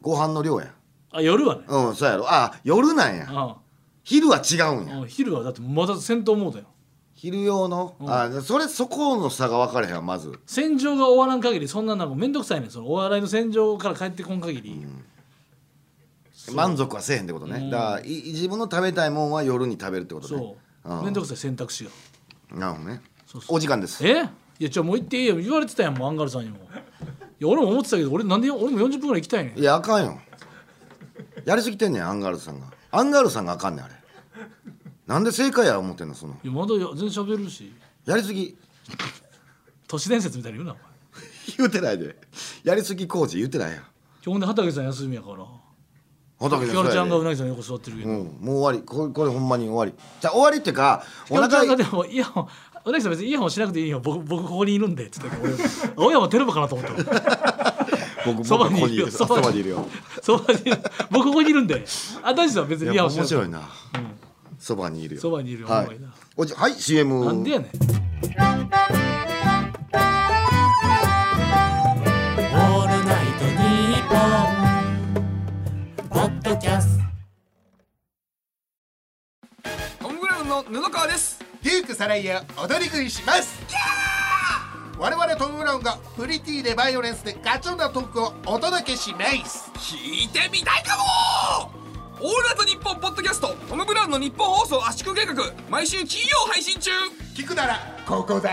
Speaker 3: ご飯の量やん
Speaker 2: あ夜はね
Speaker 3: うんそうやろあ夜なんや昼は違うんや
Speaker 2: うんうん昼はだってまだ戦闘モードやん
Speaker 3: 昼用の、あそれそこの差が分かれへんわまず
Speaker 2: 戦場が終わらん限りそんななんか面倒くさいねんそのお笑いの戦場から帰ってこん限り、
Speaker 3: 満足はせえへんってことね、だからい自分の食べたいもんは夜に食べるってことね
Speaker 2: そう
Speaker 3: ああ
Speaker 2: 面倒くさい選択肢が
Speaker 3: なるほどね
Speaker 2: そうそう
Speaker 3: お時間です
Speaker 2: えいやじゃあもう行っていいよ言われてたやんもうアンガールズさんにもいや俺も思ってたけど俺なんで俺も40分ぐらい行きたいねん
Speaker 3: いやあかんよやりすぎてんねんアンガールズさんがアンガールズさんがあかんねんあれなんで正解や思ってんのその
Speaker 2: いやまだや全然喋るし
Speaker 3: やりすぎ
Speaker 2: 都市伝説みたいに言うなお前
Speaker 3: 言うてないでやりすぎ工事言うてないやん
Speaker 2: 今日で畑さん休みやから
Speaker 3: 畑
Speaker 2: ひ
Speaker 3: 先
Speaker 2: かるちゃんがう
Speaker 3: 生
Speaker 2: なぎさんの横座ってるけど、
Speaker 3: うんもう終わりこれこれほんまに終わりじゃあ終わりっていうかお
Speaker 2: ひかるちゃ
Speaker 3: 腹
Speaker 2: んが
Speaker 3: い
Speaker 2: でもイヤホンうなぎさん別にイヤホンしなくていいよ僕僕ここにいるんでっつってたけど俺親もテレビかなと思ったわ
Speaker 3: 僕僕
Speaker 2: そばに
Speaker 3: ここ
Speaker 2: いるよ
Speaker 3: そばにいるよ
Speaker 2: そばに僕ここにいるんであたしさんは別に
Speaker 3: い
Speaker 2: イヤ
Speaker 3: や
Speaker 2: ホンしな
Speaker 3: 面
Speaker 2: くて
Speaker 3: 白いなそば、にいるよ
Speaker 2: そばにいるよ
Speaker 3: は
Speaker 2: ほんま
Speaker 3: い
Speaker 2: にな
Speaker 3: おじはい CM
Speaker 2: なんでやねん
Speaker 4: オールナイトニッポン」ポッドキャスト
Speaker 5: トムブラウンの布川です
Speaker 1: デュークサライヤ踊り食いします我々トム・ブラウンがプリティでバイオレンスでガチョンなトークをお届けします
Speaker 5: 聞いてみたいかもオールナイトニッポンポッドキャストトム・ブラウンの日本放送圧縮計画毎週金曜配信中
Speaker 1: 聞くならここだ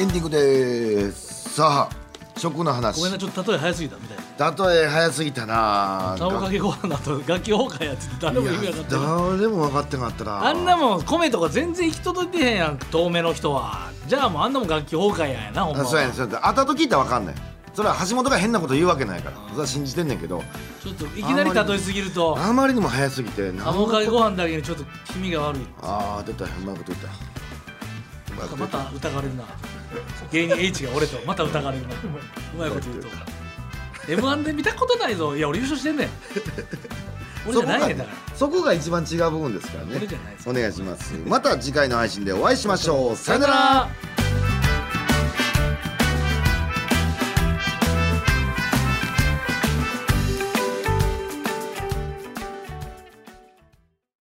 Speaker 3: エンディングですさあ食の話
Speaker 2: ごめんなちょっと例え早すぎたみたいな
Speaker 3: たとえ早すぎたな
Speaker 2: 卵かけご飯の後楽器崩壊やってて誰
Speaker 3: い
Speaker 2: も
Speaker 3: や
Speaker 2: 意味わかってない
Speaker 3: 誰も分かってなかったな
Speaker 2: あんなもん米とか全然行き届いてへんやん遠目の人はじゃあもうあんなもん楽器崩壊やんやなほんま
Speaker 3: あ
Speaker 2: は
Speaker 3: そうやねんそうやねん後々聞いたら分かんないそれは橋本が変なこと言うわけないからそれは信じてんねんけど
Speaker 2: ちょっといきなり例えすぎると
Speaker 3: あまりにも早すぎて
Speaker 2: 卵かけご飯だけにちょっと気味が悪い
Speaker 3: ああ出たうまいこと言ったうまいこと言
Speaker 2: ま
Speaker 3: った
Speaker 2: た疑われるな芸人 H が俺とまた疑われるなうまいこと言うと m 1で見たことないぞいや俺優勝してんねん俺じゃないねんだから
Speaker 3: そこが一番違う部分ですからね
Speaker 2: 俺じゃないです
Speaker 3: お願いしますまた次回の配信でお会いしましょうさよなら
Speaker 2: ら